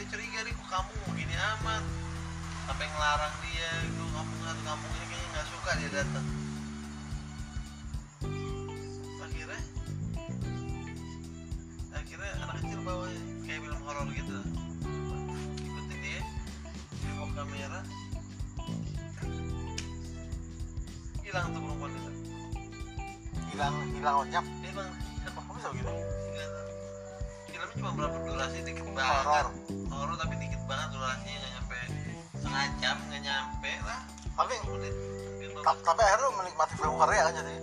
kok kamu mau gini amat sampai ngelarang dia itu kamu satu kampung ini kayaknya nggak suka dia datang akhirnya akhirnya anak kecil bawa kayak film horor gitu ikutin dia dia bawa kamera hilang tuh perempuan itu hilang hilang lenyap hilang kok bisa gitu Nggak tahu. filmnya cuma berapa durasi dikit banget horor horor tapi dikit banget durasinya nggak nyampe setengah jam nggak nyampe lah tapi menit gitu. ta- tapi akhirnya lu menikmati film Korea kan jadi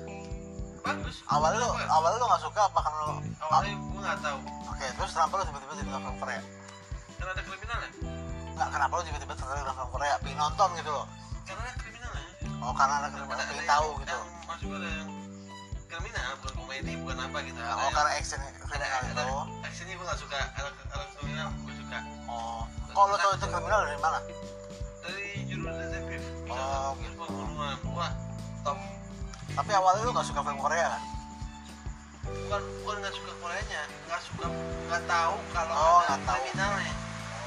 bagus awalnya lu Gua- awalnya lu nggak suka apa karena lu awalnya gue nggak tahu oke terus kenapa lu tiba-tiba jadi film Korea karena ada ya? kriminalnya nggak kenapa lu tiba-tiba tertarik dengan film Korea pengen nonton gitu loh karena Kan ada kriminalnya oh karena ada kriminal Ada- ada pengen yang- tahu gitu yang maksud gue ada yang kriminal bukan komedi bukan apa gitu ada oh yang- karena action ada kriminal ada itu actionnya gue nggak suka ada ada kriminal gue suka oh kok lu tahu itu kriminal dari mana dari judul detektif Oh, misalkan gitu. pembunuhan wah top tapi awalnya lu nggak suka film Korea kan bukan bukan nggak suka Koreanya nggak suka nggak tahu kalau Oh, ada nggak tahu. kriminalnya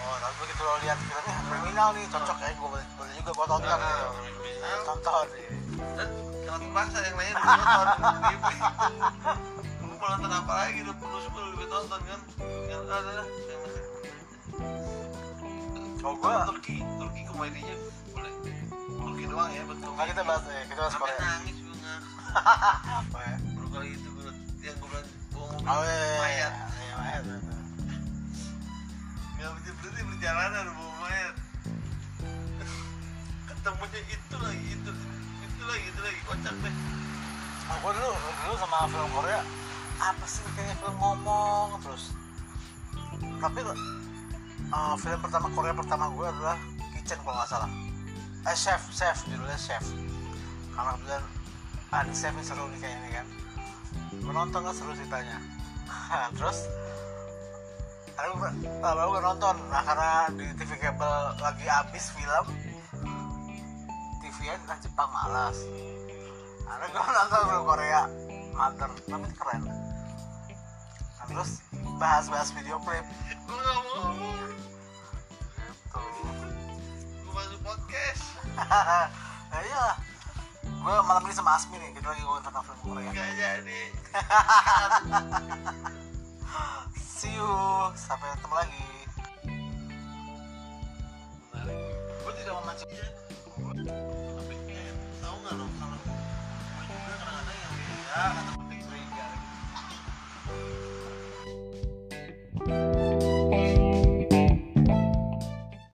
oh tapi begitu lo lihat filmnya kriminal nih cocok ya gue boleh boleh juga gue tonton Ah, gitu kriminal tonton dan kalau terpaksa yang lain gue nonton gitu. Gua mau nonton apa lagi udah penuh semua udah gue tonton kan yang ada lah yang mana? coba Turki Turki komedinya boleh Turki doang ya betul Nah, kita bahas eh, kita bahas sampai Korea. nangis gue nggak Apa ya? baru kali itu gue yang gue bilang gue Oh, ngomong iya, iya, iya, mayat iya, mayat, iya, iya. nggak bisa berhenti berjalanan mau mayat ketemunya itu lagi itu itu lagi itu lagi kocak deh Nah, gua dulu, dulu sama film Korea apa sih kayaknya film ngomong terus. Tapi eh, film pertama Korea pertama gue adalah Kitchen kalau nggak salah. Eh Chef, Chef judulnya Chef. Karena kebetulan ah ini Chef ini seru nih kayaknya nih kan. Gua nonton kan seru ceritanya. terus lalu lalu gue nonton nah karena di TV kabel lagi habis film TV-nya tentang Jepang malas ada gue nonton film Korea Mother tapi itu keren nah, terus bahas-bahas video clip gue nggak mau ngomong gitu gue masuk podcast nah iyalah gue malam ini sama Asmi nih kita lagi ngomongin tentang film Korea nggak jadi see you sampai ketemu lagi gue tidak mau Iya. macam eh, tahu nggak lo kalau gue juga kadang-kadang yang beda kata